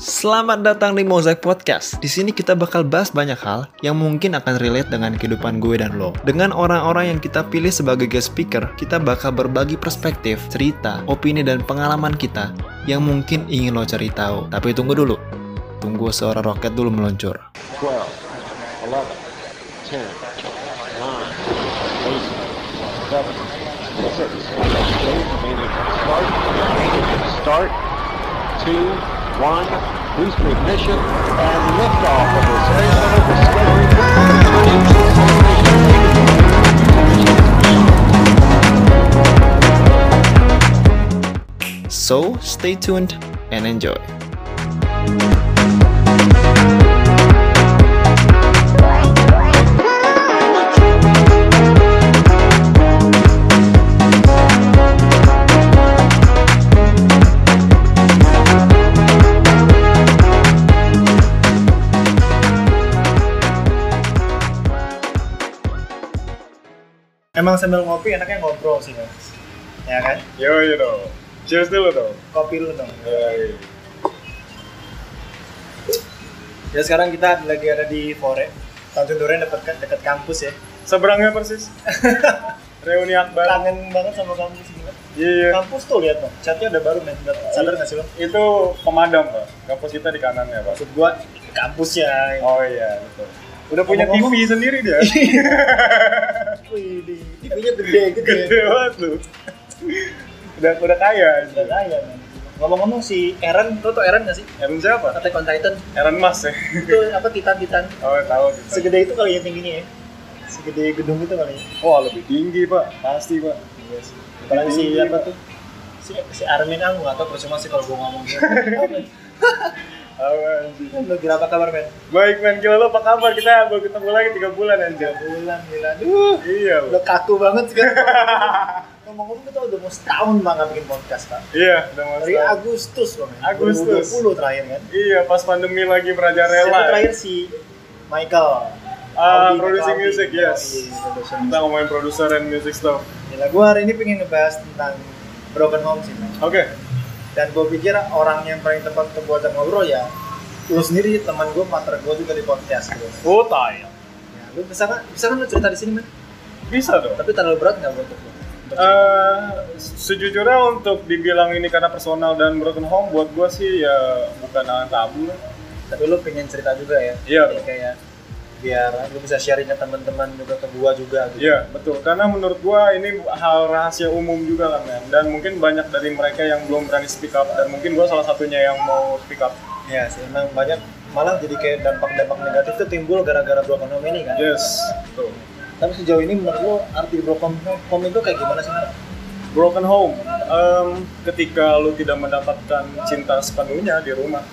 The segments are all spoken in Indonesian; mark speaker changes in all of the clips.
Speaker 1: Selamat datang di Mosaic Podcast. Di sini kita bakal bahas banyak hal yang mungkin akan relate dengan kehidupan gue dan lo. Dengan orang-orang yang kita pilih sebagai guest speaker, kita bakal berbagi perspektif, cerita, opini dan pengalaman kita yang mungkin ingin lo cari tahu. Tapi tunggu dulu. Tunggu seorang roket dulu meluncur.
Speaker 2: 12, 11, 10, 9, 8, 7, 6, 5, remaining. Start, start, 2, 1, boost to ignition, and liftoff of the Space Discovery
Speaker 1: So, stay tuned and enjoy.
Speaker 3: Emang sambil ngopi enaknya ngobrol sih mas, ya kan?
Speaker 4: Yo yo dong. Cheers dulu dong.
Speaker 3: Kopi lu dong.
Speaker 4: Yoi.
Speaker 3: Ya sekarang kita lagi ada di Fore, Tanjung Duren dekat dekat kampus ya.
Speaker 4: Seberangnya persis. Reuni Akbar.
Speaker 3: Kangen banget sama kampus gila.
Speaker 4: Iya iya.
Speaker 3: Kampus tuh lihat bang, catnya ada baru men. Sadar nggak sih lo?
Speaker 4: Itu pemadam pak. Kampus kita di kanannya pak.
Speaker 3: Maksud gua kampusnya.
Speaker 4: Oh iya betul. Udah punya
Speaker 3: Ngomong-ngomong-
Speaker 4: TV sendiri dia.
Speaker 3: Wih, di TV-nya gede gitu ya.
Speaker 4: Gede banget lu. udah udah kaya.
Speaker 3: Gak kaya men. Ngomong-ngomong si Eren, lo tau Eren nggak sih?
Speaker 4: Aaron siapa?
Speaker 3: Attack on Titan
Speaker 4: Aaron Mas ya.
Speaker 3: itu apa Titan-Titan?
Speaker 4: Oh tahu. kita.
Speaker 3: Segede itu kali ya tingginya ya. Segede gedung itu kali ya.
Speaker 4: Wah lebih tinggi pak. Pasti pak.
Speaker 3: Iya sih. Apalagi si
Speaker 4: Tinggi,
Speaker 3: apa
Speaker 4: Pak.
Speaker 3: tuh? Si, si Armin aku nggak tahu percuma sih kalau gue ngomong gitu.
Speaker 4: Tahu, anjir.
Speaker 3: Lo gila apa kabar men?
Speaker 4: Baik men, gila lu apa kabar? Kita baru ketemu lagi 3 bulan anjir.
Speaker 3: Bulan gila. Aduh,
Speaker 4: Iya, Bu.
Speaker 3: udah kaku banget sekarang. Ngomong-ngomong kita udah mau setahun bang nggak bikin podcast pak.
Speaker 4: iya, udah mau
Speaker 3: Dari
Speaker 4: setahun.
Speaker 3: Agustus bang. men.
Speaker 4: Agustus.
Speaker 3: 2020 terakhir kan.
Speaker 4: Iya, pas pandemi lagi merajalela.
Speaker 3: Siapa terakhir si Michael.
Speaker 4: Ah,
Speaker 3: Aldi
Speaker 4: producing
Speaker 3: Aldi.
Speaker 4: music, yes. Nah.
Speaker 3: Iya, producer
Speaker 4: Kita
Speaker 3: music.
Speaker 4: ngomongin produser and music stuff.
Speaker 3: Gila, gue hari ini pengen ngebahas tentang broken home sih. Bang.
Speaker 4: Oke.
Speaker 3: dan gue pikir orang yang paling tepat untuk buat ngobrol ya lu sendiri teman gue partner gue juga di podcast gitu.
Speaker 4: Oh,
Speaker 3: ya,
Speaker 4: tay.
Speaker 3: lu bisa kan bisa kan lu cerita di sini men
Speaker 4: Bisa dong.
Speaker 3: tapi terlalu berat nggak buat lu
Speaker 4: Eh, sejujurnya untuk dibilang ini karena personal dan broken home buat gue sih ya bukan hal yang tabu lah.
Speaker 3: tapi lu pengen cerita juga ya
Speaker 4: Iya.
Speaker 3: Jadi kayak biar lu bisa sharing ke teman-teman juga ke gua juga gitu
Speaker 4: Iya betul karena menurut gue ini hal rahasia umum juga kan men dan mungkin banyak dari mereka yang belum berani speak up dan mungkin gue salah satunya yang mau speak up.
Speaker 3: ya sih emang banyak malah jadi kayak dampak-dampak negatif tuh timbul gara-gara broken home ini kan
Speaker 4: Yes. Betul.
Speaker 3: tapi sejauh ini menurut lu arti broken home itu kayak gimana sih men?
Speaker 4: Broken home. Em, ketika lu tidak mendapatkan cinta sepenuhnya di rumah.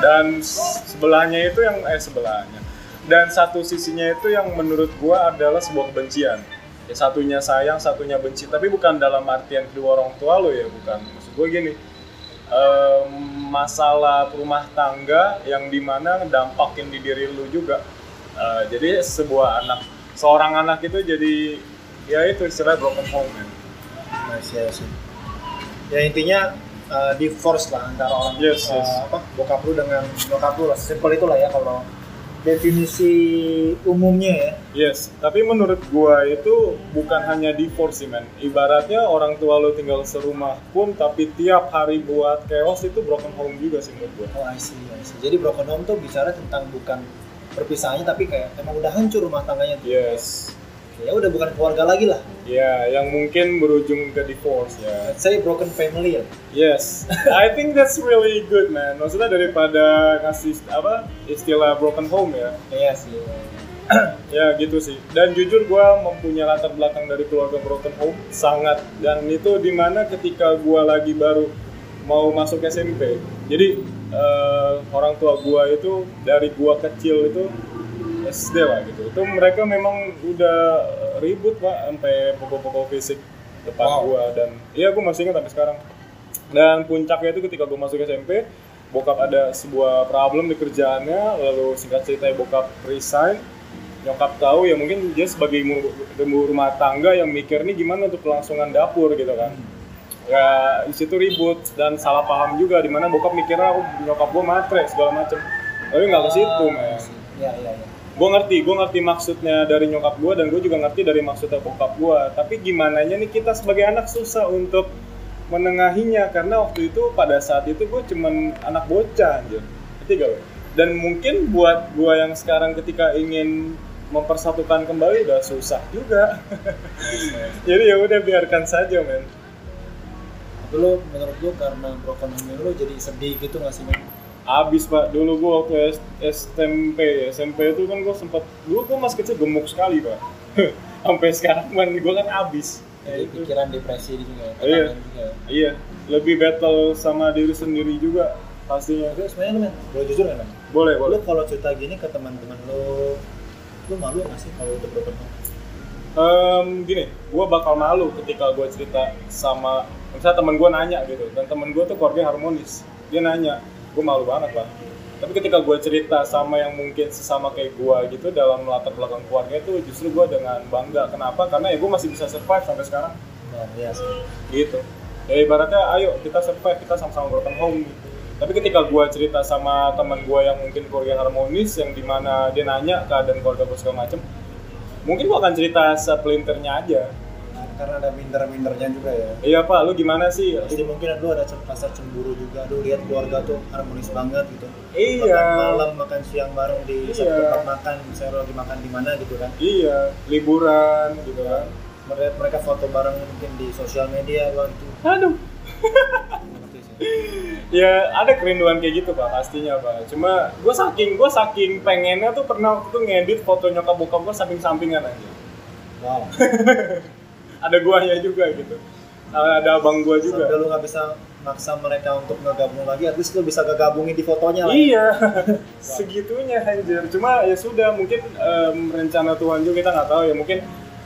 Speaker 4: Dan s- sebelahnya itu yang eh sebelahnya. Dan satu sisinya itu yang menurut gua adalah sebuah kebencian. Ya, satunya sayang, satunya benci. Tapi bukan dalam artian kedua orang tua lo ya, bukan. Maksud gua gini. em, masalah rumah tangga yang dimana dampakin di diri lu juga. Eh, jadi sebuah anak, seorang anak itu jadi ya itu istilah broken home man.
Speaker 3: Nice, ya, sih. Ya intinya uh, divorce lah antara orang
Speaker 4: Yes,
Speaker 3: uh,
Speaker 4: yes.
Speaker 3: apa bokap lu dengan bokap lu lah. Simpel itulah ya kalau definisi umumnya ya.
Speaker 4: Yes, tapi menurut gua itu bukan hanya divorce sih men. Ibaratnya orang tua lo tinggal serumah pun tapi tiap hari buat chaos itu broken home juga sih menurut gua.
Speaker 3: Oh, I see, I see. Jadi broken home tuh bicara tentang bukan perpisahannya tapi kayak emang udah hancur rumah tangganya tuh.
Speaker 4: Yes.
Speaker 3: Ya udah bukan keluarga lagi lah.
Speaker 4: Ya, yang mungkin berujung ke divorce ya.
Speaker 3: Let's say broken family ya.
Speaker 4: Yes. I think that's really good man. Maksudnya daripada ngasih apa istilah broken home ya.
Speaker 3: Iya sih.
Speaker 4: Ya gitu sih. Dan jujur gue mempunyai latar belakang dari keluarga broken home sangat dan itu dimana ketika gue lagi baru mau masuk SMP. Jadi eh, orang tua gue itu dari gue kecil itu SD lah gitu. Itu mereka memang udah ribut pak sampai pokok-pokok fisik depan
Speaker 3: Wow.
Speaker 4: gue dan iya gue masih ingat sampai sekarang. Dan puncaknya itu ketika gue masuk SMP, bokap ada sebuah problem di kerjaannya, lalu singkat cerita ya, bokap resign. Nyokap tahu ya mungkin dia sebagai ibu ibu rumah tangga yang mikir nih gimana untuk kelangsungan dapur gitu kan. ya di situ ribut dan salah paham juga dimana bokap mikirnya aku nyokap gue matre segala macem tapi nggak ke situ men
Speaker 3: Ah, Iya, iya, iya.
Speaker 4: gue ngerti gue ngerti maksudnya dari nyokap gue dan gue juga ngerti dari maksudnya bokap gue tapi gimana nih kita sebagai anak susah untuk menengahinya karena waktu itu pada saat itu gue cuman anak bocah anjir ketiga lo dan mungkin buat gue yang sekarang ketika ingin mempersatukan kembali udah susah juga jadi ya udah biarkan saja men
Speaker 3: Tapi lu menurut gue karena broken home lu jadi sedih gitu nggak sih? men?
Speaker 4: Abis pak, dulu gua waktu S- SMP, SMP itu kan gua sempat, dulu gua masih kecil gemuk sekali pak Sampai sekarang man, gua kan abis Ya,
Speaker 3: Jadi
Speaker 4: itu.
Speaker 3: pikiran depresi juga ya.
Speaker 4: Iya.
Speaker 3: tekanan juga ya.
Speaker 4: Iya, lebih battle sama diri sendiri juga pastinya
Speaker 3: Tapi sebenarnya lu men, boleh jujur nggak men?
Speaker 4: Boleh,
Speaker 3: Lu
Speaker 4: boleh
Speaker 3: kalau cerita gini ke teman-teman lu, lu malu nggak sih kalau udah broken home?
Speaker 4: Em, Gini, gua bakal malu ketika gua cerita sama Misalnya temen gua nanya gitu, dan temen gua tuh keluarga harmonis Dia nanya, gua malu banget pak tapi ketika gua cerita sama yang mungkin sesama kayak gua gitu dalam latar belakang keluarga itu justru gua dengan bangga kenapa karena ya gua masih bisa survive sampai sekarang
Speaker 3: Nah, iya sih.
Speaker 4: gitu ya ibaratnya ayo kita survive kita sama-sama broken home gitu. tapi ketika gue cerita sama teman gue yang mungkin keluarga harmonis yang dimana dia nanya keadaan keluarga gue segala macem mungkin gue akan cerita sepelintirnya aja
Speaker 3: Karena ada minder-mindernya juga ya.
Speaker 4: iya pak lu gimana sih
Speaker 3: Pasti mungkin lu ada cem- rasa cemburu juga, lu lihat keluarga tuh harmonis banget gitu.
Speaker 4: iya
Speaker 3: Makan malam, makan siang bareng di satu
Speaker 4: Iya.
Speaker 3: tempat makan, misalnya lu lagi makan di mana gitu kan.
Speaker 4: iya liburan gitu kan
Speaker 3: Mereka, mereka foto bareng mungkin di sosial media lo itu.
Speaker 4: aduh
Speaker 3: Ngerti sih.
Speaker 4: ya ada kerinduan kayak gitu pak pastinya pak cuma gue saking gue saking pengennya tuh pernah waktu itu ngedit foto nyokap bokap gue samping sampingan aja
Speaker 3: Wow.
Speaker 4: Iya. ada guanya juga gitu ada abang gua juga
Speaker 3: Sampai lu nggak bisa maksa mereka untuk ngegabung lagi, at least lu bisa ngegabungin di fotonya lah.
Speaker 4: Iya, segitunya anjir. Cuma ya sudah, mungkin em, rencana Tuhan juga kita nggak tahu ya. Mungkin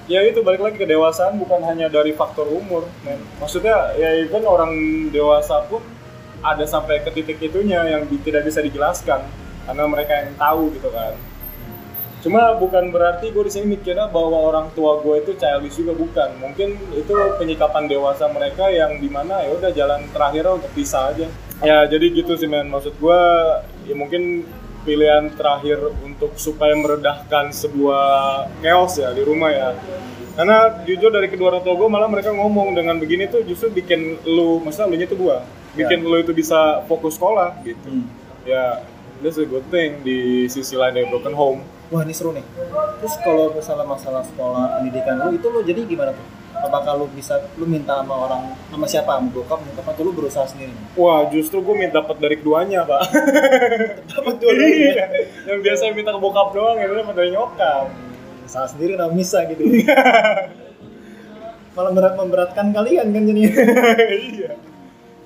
Speaker 4: ya itu balik lagi ke dewasaan bukan hanya dari faktor umur. men. Maksudnya ya even orang dewasa pun ada sampai ke titik itunya yang di- tidak bisa dijelaskan karena mereka yang tahu gitu kan. Cuma bukan berarti gue di sini mikirnya bahwa orang tua gue itu childish juga bukan. Mungkin itu penyikapan dewasa mereka yang dimana ya udah jalan terakhirnya untuk pisah aja. Ya jadi gitu sih men. Maksud gue ya mungkin pilihan terakhir untuk supaya meredahkan sebuah chaos ya di rumah ya. Karena jujur dari kedua orang tua gue malah mereka ngomong dengan begini tuh justru bikin lu, maksudnya lu itu gue, bikin lu itu bisa fokus sekolah gitu.
Speaker 3: Hmm.
Speaker 4: Ya that's a good thing di sisi lain dari broken home.
Speaker 3: Wah ini seru nih. Terus kalau misalnya masalah sekolah pendidikan lu itu lu jadi gimana tuh? Apakah lu bisa lu minta sama orang sama siapa? Sama bokap, minta apa tuh lu berusaha sendiri?
Speaker 4: Wah, justru gue minta dapat dari keduanya, Pak.
Speaker 3: Dapat
Speaker 4: Iya. Yang biasanya minta ke bokap doang, itu dapat dari nyokap.
Speaker 3: Usaha sendiri nggak bisa gitu. Malah berat memberatkan kalian kan jadi.
Speaker 4: iya.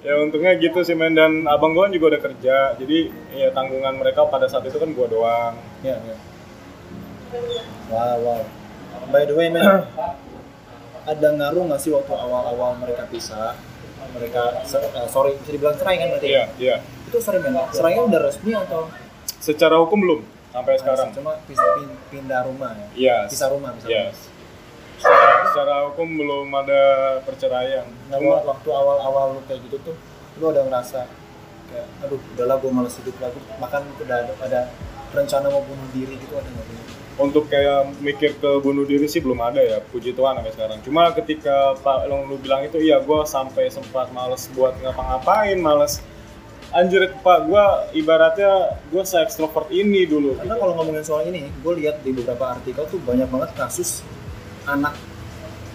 Speaker 4: Ya untungnya gitu sih, men. Dan abang gue juga udah kerja, jadi ya tanggungan mereka pada saat itu kan gue doang.
Speaker 3: ya, ya. Wow, wow. By the way, men, ada ngaruh nggak sih waktu awal-awal mereka pisah? Mereka, se- eh, sorry, bisa dibilang cerai kan berarti?
Speaker 4: Iya, iya.
Speaker 3: Itu sering men, cerainya udah resmi atau?
Speaker 4: Secara hukum belum sampai sekarang.
Speaker 3: Iya, Cuma pis- pin- pindah rumah ya?
Speaker 4: Iya.
Speaker 3: Pisah rumah misalnya.
Speaker 4: Yes. Secara, secara hukum belum ada perceraian.
Speaker 3: Nah, lu
Speaker 4: Cuma-
Speaker 3: waktu awal-awal lu kayak gitu tuh, lu udah ngerasa kayak, aduh udahlah gue males hidup lagi, bahkan udah ada, ada rencana mau bunuh diri gitu ada nggak? Bang?
Speaker 4: untuk kayak mikir ke bunuh diri sih belum ada ya puji Tuhan sampai sekarang cuma ketika Pak Long lu bilang itu iya gue sampai sempat males buat ngapa-ngapain males anjir Pak gue ibaratnya gue se extrovert ini dulu
Speaker 3: Karena
Speaker 4: gitu.
Speaker 3: kalau ngomongin soal ini, gue lihat di beberapa artikel tuh banyak banget kasus anak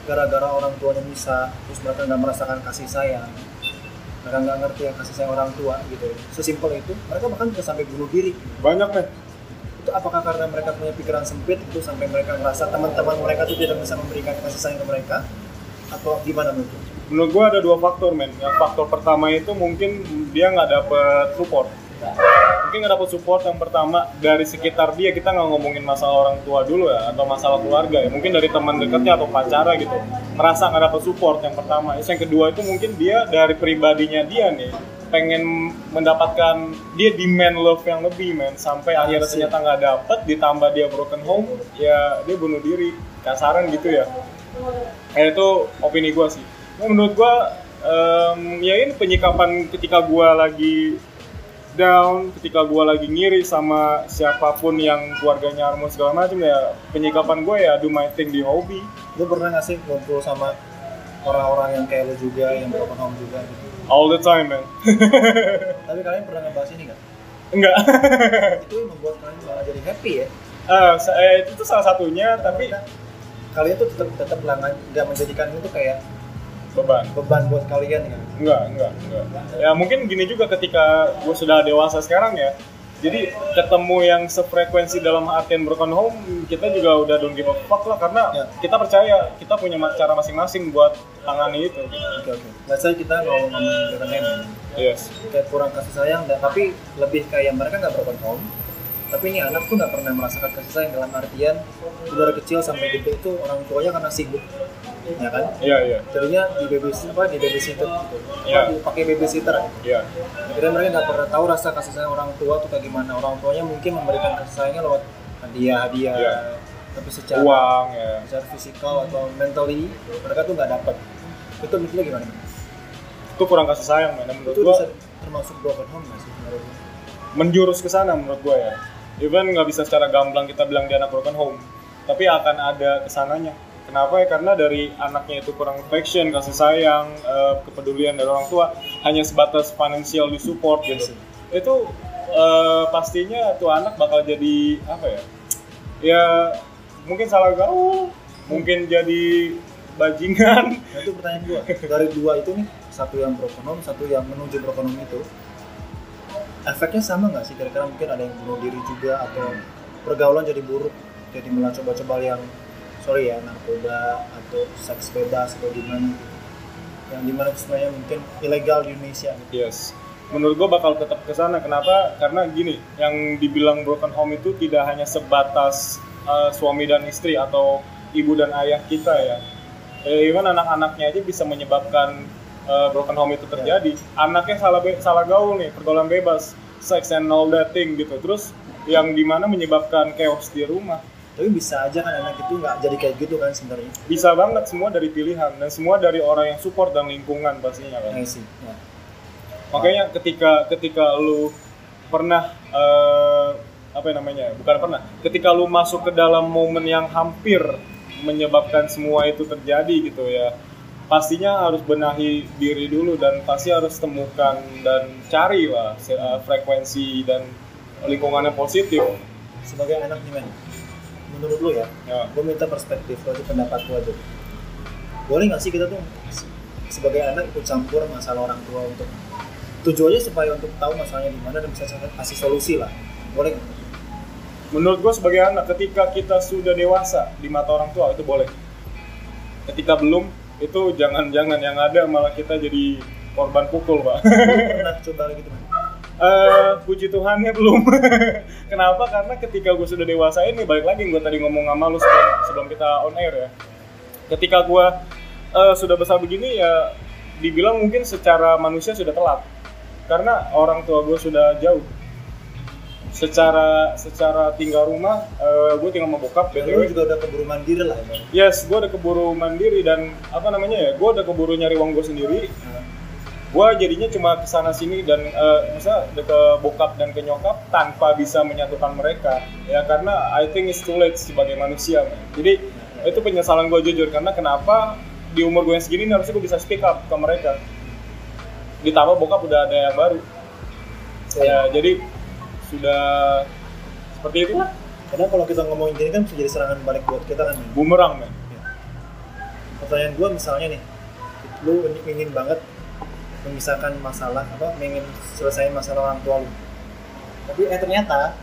Speaker 3: gara-gara orang tuanya bisa, terus mereka nggak merasakan kasih sayang, mereka nggak ngerti yang kasih sayang orang tua gitu. Sesimpel itu, mereka bahkan bisa sampai bunuh diri.
Speaker 4: banyak nih
Speaker 3: Itu apakah karena mereka punya pikiran sempit itu sampai mereka merasa teman-teman mereka tuh tidak bisa memberikan kasih sayang ke mereka? Atau gimana menurut lu?
Speaker 4: menurut gue ada dua faktor men yang faktor pertama itu mungkin dia nggak dapet support mungkin nggak dapet support yang pertama dari sekitar dia kita nggak ngomongin masalah orang tua dulu ya atau masalah keluarga ya mungkin dari teman dekatnya atau pacara gitu merasa nggak dapet support yang pertama terus yang kedua itu mungkin dia dari pribadinya dia nih pengen mendapatkan dia demand love yang lebih men sampai akhirnya ternyata nggak dapet ditambah dia broken home ya dia bunuh Eh, diri kasaran gitu ya Ya itu opini gue sih. Nah, menurut gue Em, ya ini penyikapan ketika gua lagi down, ketika gua lagi ngiri sama siapapun yang keluarganya harmoni segala macam ya penyikapan gue ya do my thing di hobi.
Speaker 3: lu pernah nggak sih ngumpul sama orang-orang yang kayak lu juga yang broken home juga gitu
Speaker 4: All the time man.
Speaker 3: tapi kalian pernah ngebahas ini nggak
Speaker 4: Enggak.
Speaker 3: itu yang membuat kalian malah jadi happy ya
Speaker 4: Eh, sa- eh, itu tuh salah satunya tapi
Speaker 3: Karena kalian tuh tetap tetap lah nggak nggak menjadikan itu kayak
Speaker 4: beban.
Speaker 3: beban buat kalian ya
Speaker 4: Enggak, enggak, enggak. Ya mungkin gini juga ketika gue sudah dewasa sekarang ya. Jadi ketemu yang sefrekuensi dalam artian broken home, kita juga udah don't give a fuck lah karena
Speaker 3: Ya.
Speaker 4: kita percaya kita punya ma- cara masing-masing buat tangani itu.
Speaker 3: oke oke nggak saya kita mau ngomongin broken home
Speaker 4: Yes.
Speaker 3: kayak kurang kasih sayang dan tapi lebih kayak mereka nggak broken home tapi ini anak tuh nggak pernah merasakan kasih sayang dalam artian dari kecil sampai gede itu orang tuanya karena sibuk ya kan
Speaker 4: Iya, iya.
Speaker 3: jadinya di babysitter apa di babysitter gitu
Speaker 4: Iya.
Speaker 3: Apa, pakai babysitter
Speaker 4: Iya.
Speaker 3: akhirnya mereka nggak pernah tahu rasa kasih sayang orang tua tuh kayak gimana orang tuanya mungkin memberikan kasih sayangnya lewat hadiah hadiah
Speaker 4: Iya.
Speaker 3: tapi secara
Speaker 4: Uang ya.
Speaker 3: secara fisikal atau mentally mereka tuh nggak dapat itu menurut lo gimana
Speaker 4: Itu kurang kasih sayang man. menurut
Speaker 3: itu
Speaker 4: gua
Speaker 3: bisa termasuk broken home nggak sih menurut lo?
Speaker 4: menjurus ke sana menurut gua ya. Even nggak bisa secara gamblang kita bilang dia anak broken home, tapi akan ada kesananya. Kenapa ya? Karena dari anaknya itu kurang affection, kasih sayang, eh, kepedulian dari orang tua, hanya sebatas financial disupport gitu. Itu eh, pastinya tuh anak bakal jadi apa ya? Ya mungkin salah gaul, mungkin jadi bajingan.
Speaker 3: Nah, itu pertanyaan gua. Dari dua itu nih, satu yang broken home, satu yang menuju broken home itu, efeknya sama nggak sih? Kira-kira mungkin ada yang bunuh diri juga atau pergaulan jadi buruk, jadi malah coba-coba yang sorry ya narkoba atau seks bebas atau gimana gitu. yang dimana itu sebenarnya mungkin ilegal di Indonesia gitu.
Speaker 4: Yes. Menurut gue bakal tetap ke sana. Kenapa? Karena gini, yang dibilang broken home itu tidak hanya sebatas uh, suami dan istri atau ibu dan ayah kita ya. Eh, even anak-anaknya aja bisa menyebabkan uh, broken home itu terjadi. Anaknya salah be- salah gaul nih, pergaulan bebas, sex and all that thing gitu. Terus yang dimana menyebabkan chaos di rumah.
Speaker 3: tapi bisa aja kan anak itu nggak jadi kayak gitu kan sebenarnya
Speaker 4: Bisa banget semua dari pilihan dan semua dari orang yang support dan lingkungan pastinya kan.
Speaker 3: nah, sih ya.
Speaker 4: makanya ketika ketika lu pernah eh, apa yang namanya bukan pernah ketika lu masuk ke dalam momen yang hampir menyebabkan semua itu terjadi gitu ya pastinya harus benahi diri dulu dan pasti harus temukan dan cari lah se- eh, frekuensi dan lingkungannya positif
Speaker 3: sebagai anak nih men menurut lo ya
Speaker 4: ya
Speaker 3: gue minta perspektif lo aja pendapat lo aja boleh nggak sih kita tuh se- sebagai anak ikut campur masalah orang tua untuk tujuannya supaya untuk tahu masalahnya di mana dan bisa sa- kasih solusi lah boleh nggak?
Speaker 4: menurut gue sebagai anak ketika kita sudah dewasa di mata orang tua itu boleh ketika belum itu jangan-jangan yang ada malah kita jadi korban pukul pak
Speaker 3: Lu pernah coba gitu kan
Speaker 4: eh puji Tuhannya belum. Kenapa? Karena ketika gue sudah dewasa ini, balik lagi gue tadi ngomong sama lu sebelum, sebelum kita on air ya. Ketika gue eh, sudah besar begini ya, dibilang mungkin secara manusia sudah telat. Karena orang tua gue sudah jauh. Secara secara tinggal rumah, gue tinggal sama bokap.
Speaker 3: lu
Speaker 4: BTW.
Speaker 3: juga udah keburu mandiri lah ya
Speaker 4: Yes, gue udah keburu mandiri dan apa namanya ya, gue udah keburu nyari uang gue sendiri. Gue jadinya cuma kesana sini dan eh, masa udah ke bokap dan ke nyokap tanpa bisa menyatukan mereka. Ya karena I think it's too late sebagai manusia. Man. Jadi itu penyesalan gue jujur karena kenapa di umur gue yang segini nih, harusnya gue bisa speak up ke mereka. Ditambah bokap udah ada yang baru. Ya jadi sudah seperti itu
Speaker 3: karena kalau kita ngomongin gini kan bisa jadi serangan balik buat kita kan men.
Speaker 4: bumerang men.
Speaker 3: pertanyaan gue misalnya nih lu ingin banget memisahkan masalah apa ingin selesaiin masalah orang tua lu tapi eh ternyata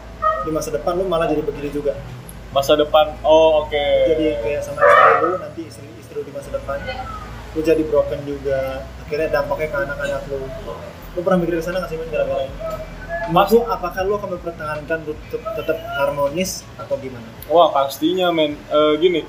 Speaker 3: di masa depan lu malah jadi begini juga
Speaker 4: Masa depan, oh oke.
Speaker 3: jadi kayak sama istri lu nanti istri istri lu di masa depan lu jadi broken juga akhirnya dampaknya ke anak-anak lu lu pernah mikir ke sana nggak sih Min, gara-gara ini maksud apakah lu akan mempertahankan lu tetap, tetap harmonis atau gimana
Speaker 4: Wah pastinya men, Eh, gini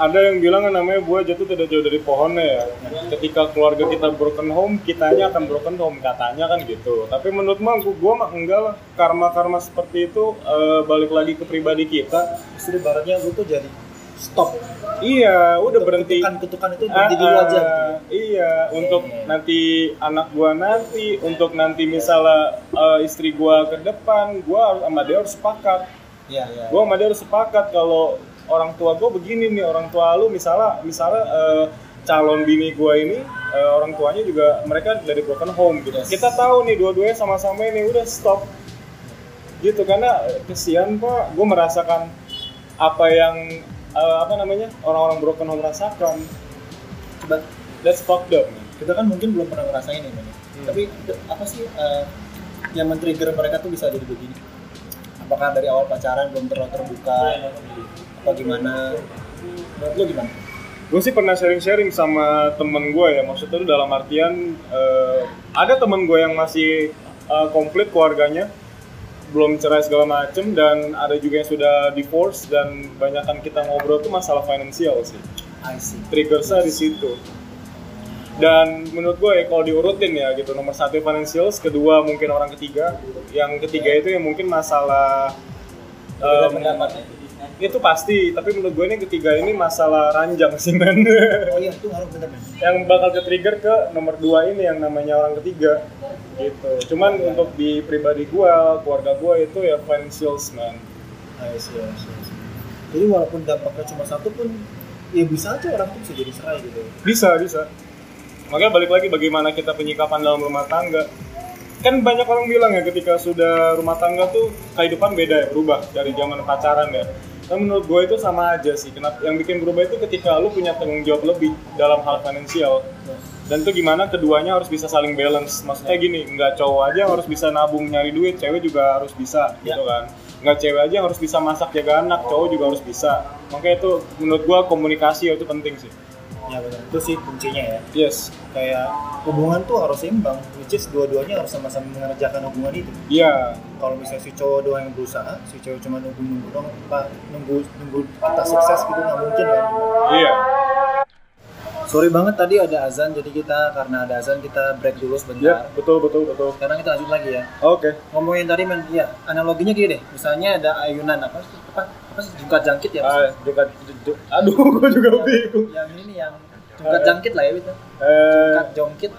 Speaker 4: ada yang bilang kan namanya buah jatuh tidak jauh dari pohonnya ya. Ketika keluarga kita broken home, kitanya akan broken home katanya kan gitu. Tapi menurut mah gua, gua mah enggak lah. Karma karma seperti itu eh, balik lagi ke pribadi kita.
Speaker 3: justru ibaratnya lu tuh jadi stop
Speaker 4: iya udah berhenti
Speaker 3: Kutukan-kutukan itu berhenti dulu
Speaker 4: Ah,
Speaker 3: aja gitu.
Speaker 4: Iya, untuk
Speaker 3: Iya.
Speaker 4: nanti anak gua nanti, untuk nanti misalnya eh, istri gua ke depan, gua sama dia harus sepakat.
Speaker 3: Iya, iya.
Speaker 4: Gua sama dia harus sepakat kalau orang tua gua begini nih, orang tua lu misalnya misalnya eh, calon bini gua ini eh, orang tuanya juga mereka dari broken home gitu.
Speaker 3: Yes.
Speaker 4: Kita tahu nih dua-duanya sama-sama ini udah stop. Gitu karena eh, kesian Pak, gua merasakan apa yang eh, apa namanya? orang-orang broken home rasakan.
Speaker 3: Coba
Speaker 4: That's fucked up. man.
Speaker 3: kita kan mungkin belum pernah ngerasain ini. Tapi de- apa sih eh, yang men-trigger mereka tuh bisa jadi begini? Apakah dari awal pacaran belum terlalu terbuka? Apa gimana? Menurut lo gimana?
Speaker 4: Gue sih pernah sharing-sharing sama temen gue ya, maksudnya itu dalam artian eh, ada temen gue yang masih eh, komplit keluarganya, belum cerai segala macem dan ada juga yang sudah divorce dan banyakkan kita ngobrol tuh masalah finansial sih.
Speaker 3: I see.
Speaker 4: Triggersnya di situ. Dan menurut gue ya kalau diurutin ya gitu nomor satu financials, kedua mungkin orang ketiga, yang ketiga itu yang mungkin masalah
Speaker 3: Beda
Speaker 4: em,
Speaker 3: pendapat ya?
Speaker 4: itu pasti tapi menurut gue ini ketiga ini masalah ranjang sih men
Speaker 3: Oh iya, itu ngaruh bener men.
Speaker 4: yang bakal ke trigger ke nomor dua ini yang namanya orang ketiga gitu cuman untuk di pribadi gue keluarga gue itu ya financials man
Speaker 3: I see, I see, I see. Jadi walaupun dampaknya cuma satu pun, ya bisa aja orang tuh bisa jadi serai gitu.
Speaker 4: bisa bisa makanya balik lagi bagaimana kita penyikapan dalam rumah tangga kan banyak orang bilang ya ketika sudah rumah tangga tuh kehidupan beda ya berubah dari zaman pacaran ya dan menurut gue itu sama aja sih kenapa yang bikin berubah itu ketika lu punya tanggung jawab lebih dalam hal finansial dan tuh gimana keduanya harus bisa saling balance maksudnya gini nggak cowok aja yang harus bisa nabung nyari duit cewek juga harus bisa gitu kan nggak cewek aja yang harus bisa masak jaga anak cowok juga harus bisa makanya itu menurut gua komunikasi itu penting sih
Speaker 3: Ya benar, itu sih kuncinya ya.
Speaker 4: yes
Speaker 3: Kayak hubungan tuh harus seimbang, which is dua-duanya harus sama-sama mengerjakan hubungan itu.
Speaker 4: iya
Speaker 3: Kalau misalnya si cowok doang yang berusaha, si cewek cuma nunggu nunggu dong, apa, nunggu nunggu kita sukses gitu nggak mungkin kan.
Speaker 4: iya
Speaker 3: Sorry banget tadi ada azan, jadi kita karena ada azan kita break dulu
Speaker 4: iya
Speaker 3: sebentar.
Speaker 4: betul betul betul
Speaker 3: Sekarang kita lanjut lagi ya.
Speaker 4: oke
Speaker 3: Ngomongin tadi men, ya analoginya gini deh. Misalnya ada ayunan apa apa apa sih jungkat jangkit ya?
Speaker 4: Ah, juga, juga- aduh gua juga bingung
Speaker 3: yang ini yang jungkat jangkit lah ya itu
Speaker 4: eh
Speaker 3: jungkat jongkit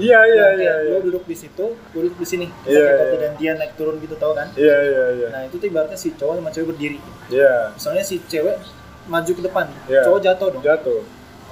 Speaker 4: iya iya iya
Speaker 3: Kayak
Speaker 4: iya
Speaker 3: lo duduk di situ gue duduk di sini kita
Speaker 4: Iya,
Speaker 3: kayak
Speaker 4: iya.
Speaker 3: gantian naik turun gitu tau kan
Speaker 4: iya iya iya
Speaker 3: nah itu tuh ibaratnya si cowok sama cewek berdiri
Speaker 4: iya
Speaker 3: misalnya si cewek maju ke depan
Speaker 4: Iya.
Speaker 3: cowok jatuh dong
Speaker 4: jatuh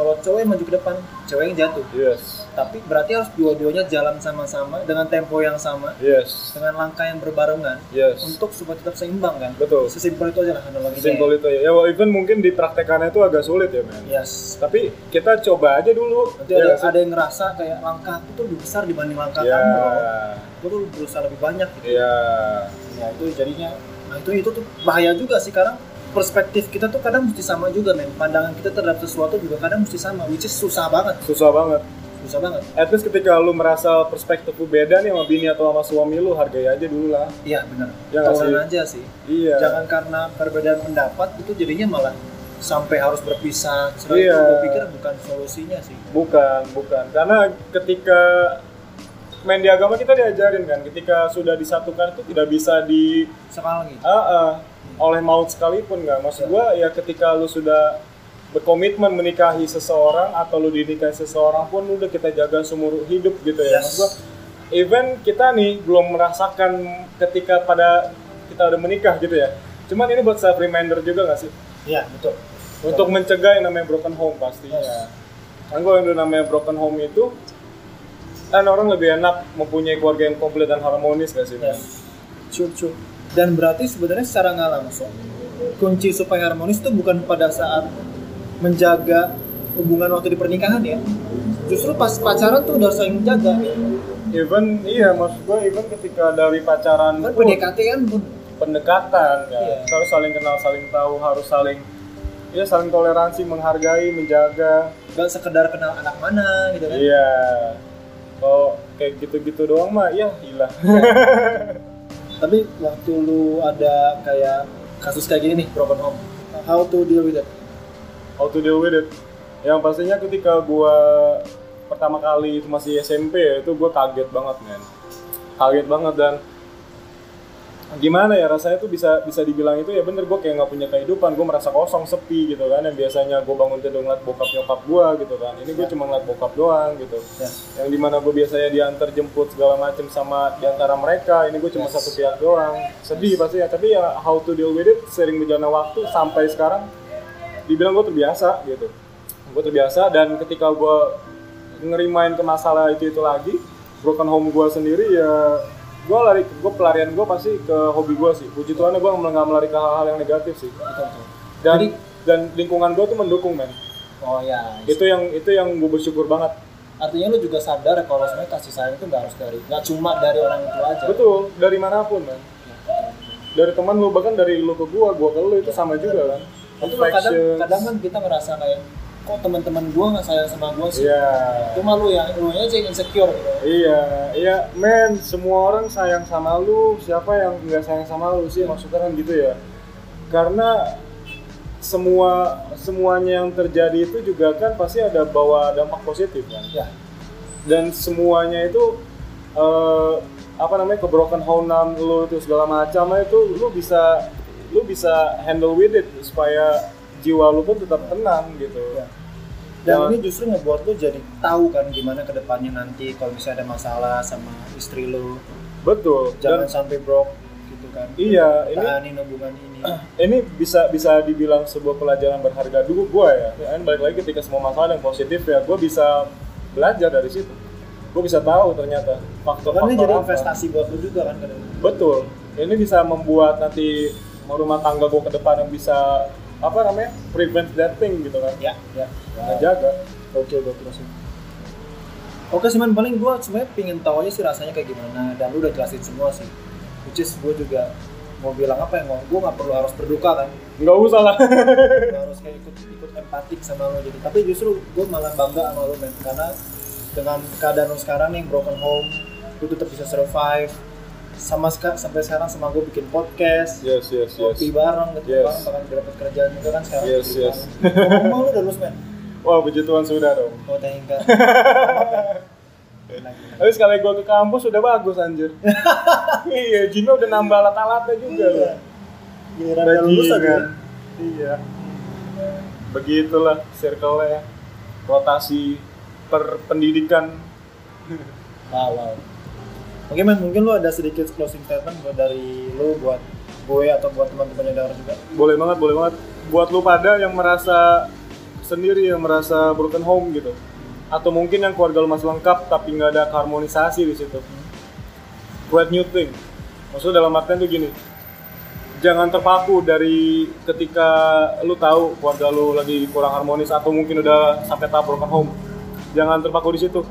Speaker 3: kalau cowok yang maju ke depan cewek yang jatuh
Speaker 4: yes
Speaker 3: tapi berarti harus dua-duanya jalan sama-sama dengan tempo yang sama
Speaker 4: yes
Speaker 3: dengan langkah yang berbarengan
Speaker 4: yes
Speaker 3: untuk supaya tetap seimbang kan
Speaker 4: Betul.
Speaker 3: sesimpel itu aja lah analoginya
Speaker 4: Simpel itu ya. Ya well, even mungkin dipraktekannya itu agak sulit ya men.
Speaker 3: yes
Speaker 4: Tapi kita coba aja dulu.
Speaker 3: Iya. nanti
Speaker 4: ya,
Speaker 3: ada,
Speaker 4: nggak sih?
Speaker 3: ada yang ngerasa kayak langkah aku tuh lebih besar dibanding langkah
Speaker 4: Ya,
Speaker 3: kamu loh. gue tuh berusaha lebih banyak gitu
Speaker 4: ya,
Speaker 3: ya itu jadinya nah itu itu tuh bahaya juga sih karena perspektif kita tuh kadang mesti sama juga men pandangan kita terhadap sesuatu juga kadang mesti sama which is susah banget
Speaker 4: susah banget.
Speaker 3: susah banget
Speaker 4: At least ketika lu merasa perspektif lu beda nih sama bini atau sama suami lu, hargai aja dulu lah.
Speaker 3: iya benar
Speaker 4: Ya,
Speaker 3: tawaran
Speaker 4: sih.
Speaker 3: aja sih
Speaker 4: Iya.
Speaker 3: jangan karena perbedaan pendapat itu jadinya malah sampai harus berpisah sebenarnya
Speaker 4: Iya.
Speaker 3: gue pikir bukan solusinya sih
Speaker 4: Bukan, bukan. Karena ketika main di agama kita diajarin kan, ketika sudah disatukan itu tidak bisa di
Speaker 3: sekarang lagi
Speaker 4: Ah, ah. oleh maut sekalipun nggak maksud gua ya ketika lu sudah berkomitmen menikahi seseorang atau lu dinikahi seseorang pun lu udah kita jaga seumur hidup gitu ya
Speaker 3: Yes.
Speaker 4: maksud gua even kita nih belum merasakan ketika pada kita udah menikah gitu ya cuman ini buat self reminder juga nggak sih
Speaker 3: iya betul
Speaker 4: untuk mencegah yang namanya broken home pastinya
Speaker 3: Yes.
Speaker 4: kan kalau yang namanya broken home itu kan orang lebih enak mempunyai keluarga yang komplit dan harmonis gak sih
Speaker 3: Yes.
Speaker 4: Bang?
Speaker 3: Sure, sure. Dan berarti sebenarnya secara nggak langsung kunci supaya harmonis itu bukan pada saat menjaga hubungan waktu di pernikahan ya. Justru pas pacaran tuh udah saling Kan menjaga.
Speaker 4: even iya maksud gue even ketika dari pacaran
Speaker 3: Kan
Speaker 4: pun
Speaker 3: PDKT kan pun
Speaker 4: pendekatan ya
Speaker 3: Iya.
Speaker 4: Kita harus saling kenal saling tahu harus saling ya saling toleransi menghargai menjaga
Speaker 3: nggak sekedar kenal anak mana gitu kan.
Speaker 4: iya kalau kayak gitu-gitu doang mah ya gila
Speaker 3: Tapi waktu lu ada kayak kasus kayak gini nih broken home. How to deal with it?
Speaker 4: how to deal with it yang pastinya ketika gua pertama kali itu masih SMP ya itu gua kaget banget men kaget banget dan gimana ya rasanya tuh bisa bisa dibilang itu ya bener gue kayak nggak punya kehidupan gue merasa kosong sepi gitu kan yang biasanya gue bangun tidur ngeliat bokap nyokap gue gitu kan ini gue cuma ngeliat bokap doang gitu
Speaker 3: Ya.
Speaker 4: yang dimana gue biasanya diantar jemput segala macem sama diantara mereka ini gue cuma
Speaker 3: Yes.
Speaker 4: satu pihak doang sedih pasti ya tapi ya how to deal with it sering berjalannya waktu sampai sekarang dibilang gue terbiasa gitu gue terbiasa dan ketika gue ngerimain ke masalah itu itu lagi broken home gue sendiri ya gue lari gue pelarian gue pasti ke hobi gue sih puji Tuhan gue nggak melari ke hal-hal yang negatif sih
Speaker 3: Betul, betul.
Speaker 4: dan
Speaker 3: Jadi-
Speaker 4: dan lingkungan gue tuh mendukung men
Speaker 3: Oh ya,
Speaker 4: itu yang itu yang gue bersyukur banget
Speaker 3: artinya lu juga sadar kalau sebenarnya kasih sayang itu nggak harus dari nggak cuma dari orang itu aja.
Speaker 4: betul dari manapun men dari teman lu bahkan dari lu ke gua gua ke lu itu sama juga kan
Speaker 3: Itu loh, kadang
Speaker 4: Reflections.
Speaker 3: kadang kan kita ngerasa kayak kok teman-teman gua nggak sayang sama gua sih.
Speaker 4: iya
Speaker 3: Cuma lu yang lu aja yang insecure gitu.
Speaker 4: iya iya men semua orang sayang sama lu siapa yang nggak sayang sama lu sih maksudnya kan gitu ya karena semua semuanya yang terjadi itu juga kan pasti ada bawa dampak positif kan
Speaker 3: Ya,
Speaker 4: dan semuanya itu eh, apa namanya kebroken home lu itu segala macam itu lu bisa lu bisa handle with it supaya jiwa lu pun tetap tenang gitu
Speaker 3: ya. Dan
Speaker 4: Jangan-
Speaker 3: ini justru ngebuat lu jadi tahu kan gimana kedepannya nanti kalau misalnya ada masalah sama istri lu,
Speaker 4: betul
Speaker 3: jangan
Speaker 4: dan
Speaker 3: sampai broke gitu kan.
Speaker 4: iya ini
Speaker 3: Tahanin hubungan ini.
Speaker 4: Eh, ini bisa bisa dibilang sebuah pelajaran berharga dulu gua ya kan balik lagi ketika semua masalah yang positif ya gua bisa belajar dari situ gua bisa tahu ternyata
Speaker 3: Kan
Speaker 4: faktor-faktor
Speaker 3: ini jadi
Speaker 4: apa.
Speaker 3: investasi buat lu juga kan ke depan.
Speaker 4: Betul. Ini bisa membuat nanti rumah tangga gue ke depan yang bisa apa namanya prevent that thing gitu kan?
Speaker 3: Ya, ya.
Speaker 4: Menjaga.
Speaker 3: Gokil, gokil sih. Oke sih man, paling gue sebenarnya pingin tahu aja sih rasanya kayak gimana dan lu udah jelasin semua sih. Which is gue juga mau bilang apa ya, gue gak perlu harus berduka kan,
Speaker 4: Nggak usah lah.
Speaker 3: Nggak harus kayak ikut ikut empatik sama lo jadi. Tapi justru gue malah bangga sama lo men karena dengan keadaan lo sekarang nih broken home, lu tetap bisa survive. Sama seka- sampai sekarang sama gue bikin podcast,
Speaker 4: yes yes yes.
Speaker 3: kopi bareng gitu
Speaker 4: Yes.
Speaker 3: bareng, bahkan dapat kerjaan juga kan sekarang.
Speaker 4: Yes,
Speaker 3: Jadi,
Speaker 4: yes.
Speaker 3: Ngomong lu udah lulus men?
Speaker 4: Wah puji Tuhan sudah dong.
Speaker 3: Oh thank God. Lagi.
Speaker 4: Tapi sekali gue ke kampus udah bagus anjir. iya, Gino udah nambah alat-alatnya juga
Speaker 3: Iya,
Speaker 4: loh.
Speaker 3: Giliran udah lulus aja. ya.
Speaker 4: Bajingan. Iya. Begitulah circle-nya. Rotasi per pendidikan.
Speaker 3: Wow, wow. Oke man, mungkin lu ada sedikit closing statement buat dari lu buat gue atau buat teman-teman yang dengar juga.
Speaker 4: boleh banget boleh banget buat lu pada yang merasa sendiri yang merasa broken home gitu atau mungkin yang keluarga lu masih lengkap tapi nggak ada harmonisasi di situ create new thing maksudnya dalam artian tuh gini jangan terpaku dari ketika lu tahu keluarga lu lagi kurang harmonis atau mungkin udah sampai tahap broken home jangan terpaku di situ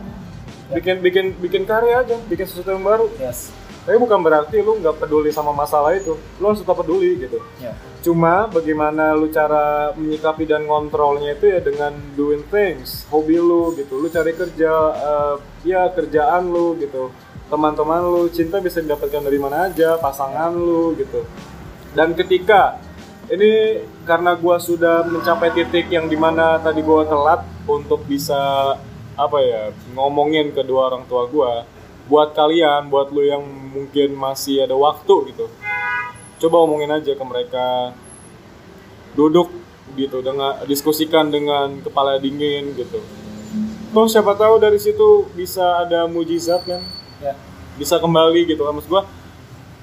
Speaker 4: bikin bikin bikin karya aja bikin sesuatu yang baru
Speaker 3: Yes.
Speaker 4: tapi bukan berarti lu nggak peduli sama masalah itu lu harus tetap peduli gitu
Speaker 3: Ya.
Speaker 4: Cuma bagaimana lu cara menyikapi dan ngontrolnya itu ya dengan doing things, hobi lu gitu. Lu cari kerja, eh, ya kerjaan lu gitu. Teman-teman lu, cinta bisa didapatkan dari mana aja, pasangan lu gitu. Dan ketika ini karena gua sudah mencapai titik yang dimana tadi gua telat untuk bisa apa ya ngomongin kedua orang tua gua. Buat kalian, buat lu yang mungkin masih ada waktu gitu coba omongin aja ke mereka duduk gitu dengan diskusikan dengan kepala dingin gitu toh siapa tahu dari situ bisa ada mujizat kan
Speaker 3: Ya.
Speaker 4: bisa kembali gitu kan maksud gua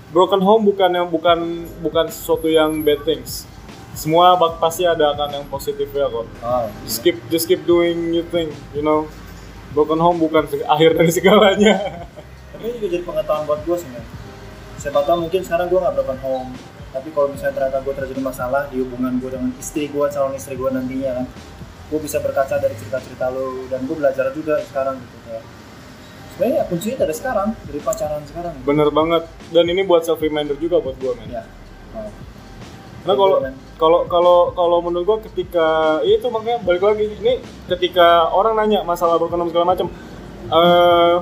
Speaker 4: broken home bukan yang bukan bukan sesuatu yang bad things semua bak pasti ada akan yang positifnya kok
Speaker 3: Wow.
Speaker 4: just keep just keep doing new thing you know broken home bukan seg- akhir dari segalanya
Speaker 3: Tapi ini juga jadi pengetahuan buat gue sih, man. Siapa tahu mungkin sekarang gue nggak broken home, tapi kalau misalnya ternyata gue terjadi masalah di hubungan gue dengan istri gue, calon istri gue nantinya kan, gue bisa berkaca dari cerita-cerita lu dan gue belajar juga sekarang gitu kayak. Sebenarnya kuncinya dari sekarang, dari pacaran sekarang. gitu.
Speaker 4: bener banget dan ini buat self reminder juga buat gua men
Speaker 3: Ya. Wow.
Speaker 4: Nah kalau
Speaker 3: Iya, kan?
Speaker 4: kalau kalau kalau menurut gua ketika ya itu makanya balik lagi ini ketika orang nanya masalah broken home segala macam, eh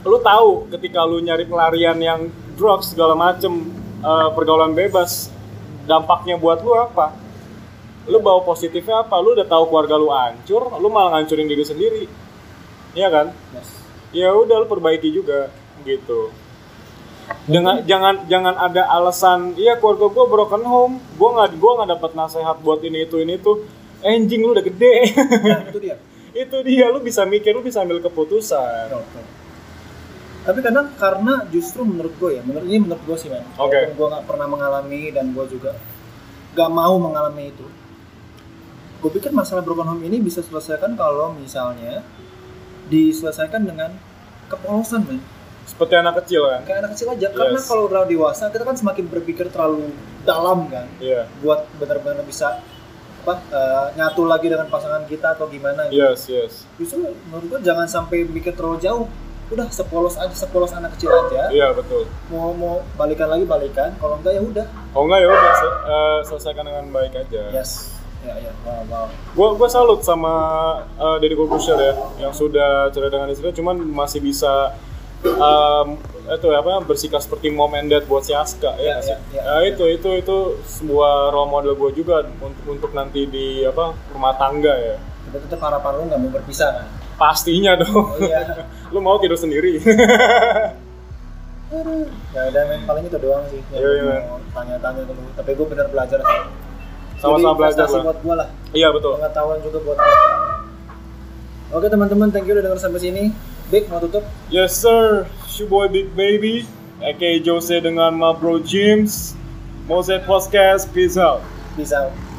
Speaker 4: lu tahu ketika lu nyari pelarian yang drugs segala macem eh, pergaulan bebas dampaknya buat lu apa? Lu bawa positifnya apa? Lu udah tahu keluarga lu hancur, lu malah ngancurin diri sendiri, iya kan?
Speaker 3: Yes.
Speaker 4: Ya udah lu perbaiki juga gitu. Dengan, jangan jangan ada alasan iya keluarga gue broken home gue nggak gue nggak dapat nasehat buat ini itu ini itu Eh, anjing lu udah gede
Speaker 3: Nah, itu dia.
Speaker 4: itu dia lu bisa mikir lu bisa ambil keputusan
Speaker 3: Betul, betul. Tapi kadang karena justru menurut gue ya, menurut ini menurut gue sih men.
Speaker 4: Oke.
Speaker 3: Walaupun Gue nggak pernah mengalami dan gue juga gak mau mengalami itu. Gue pikir masalah broken home ini bisa diselesaikan kalau misalnya diselesaikan dengan kepolosan men.
Speaker 4: seperti anak kecil kan
Speaker 3: Kayak anak kecil aja. Karena
Speaker 4: Yes.
Speaker 3: kalau udah dewasa kita kan semakin berpikir terlalu dalam kan.
Speaker 4: iya
Speaker 3: Buat benar-benar bisa apa eh, nyatu lagi dengan pasangan kita atau gimana gitu
Speaker 4: yes yes
Speaker 3: justru menurut gue jangan sampai mikir terlalu jauh udah sepolos aja sepolos anak kecil aja
Speaker 4: iya betul
Speaker 3: mau mau balikan lagi balikan kalau enggak ya udah
Speaker 4: oh enggak ya udah se- eh, selesaikan dengan baik aja
Speaker 3: yes ya ya wow wow
Speaker 4: gua gua salut sama uh, Deddy Corbuzier ya yang sudah cerai dengan istrinya cuman masih bisa um, itu apa bersikap seperti mom and dad buat si Aska
Speaker 3: Ya,
Speaker 4: ya, nggak sih?
Speaker 3: ya, ya,
Speaker 4: Nah, itu itu itu sebuah role model gue juga untuk untuk nanti di apa rumah tangga ya
Speaker 3: tapi tetap harapan lu nggak mau berpisah kan
Speaker 4: pastinya dong
Speaker 3: oh iya
Speaker 4: lu mau tidur sendiri
Speaker 3: Aduh. ya udah men paling itu doang sih yang
Speaker 4: Iya, iya,
Speaker 3: gua
Speaker 4: men.
Speaker 3: mau tanya-tanya ke lu tapi gue bener belajar sih
Speaker 4: Sama-sama
Speaker 3: Jadi
Speaker 4: belajar
Speaker 3: investasi
Speaker 4: lah.
Speaker 3: buat gue lah
Speaker 4: iya betul
Speaker 3: pengetahuan juga buat gue oke teman-teman thank you udah denger sampai sini Big mau tutup
Speaker 4: yes sir It's your boy big baby aka Jose dengan my bro James Mose Podcast peace out
Speaker 3: bisa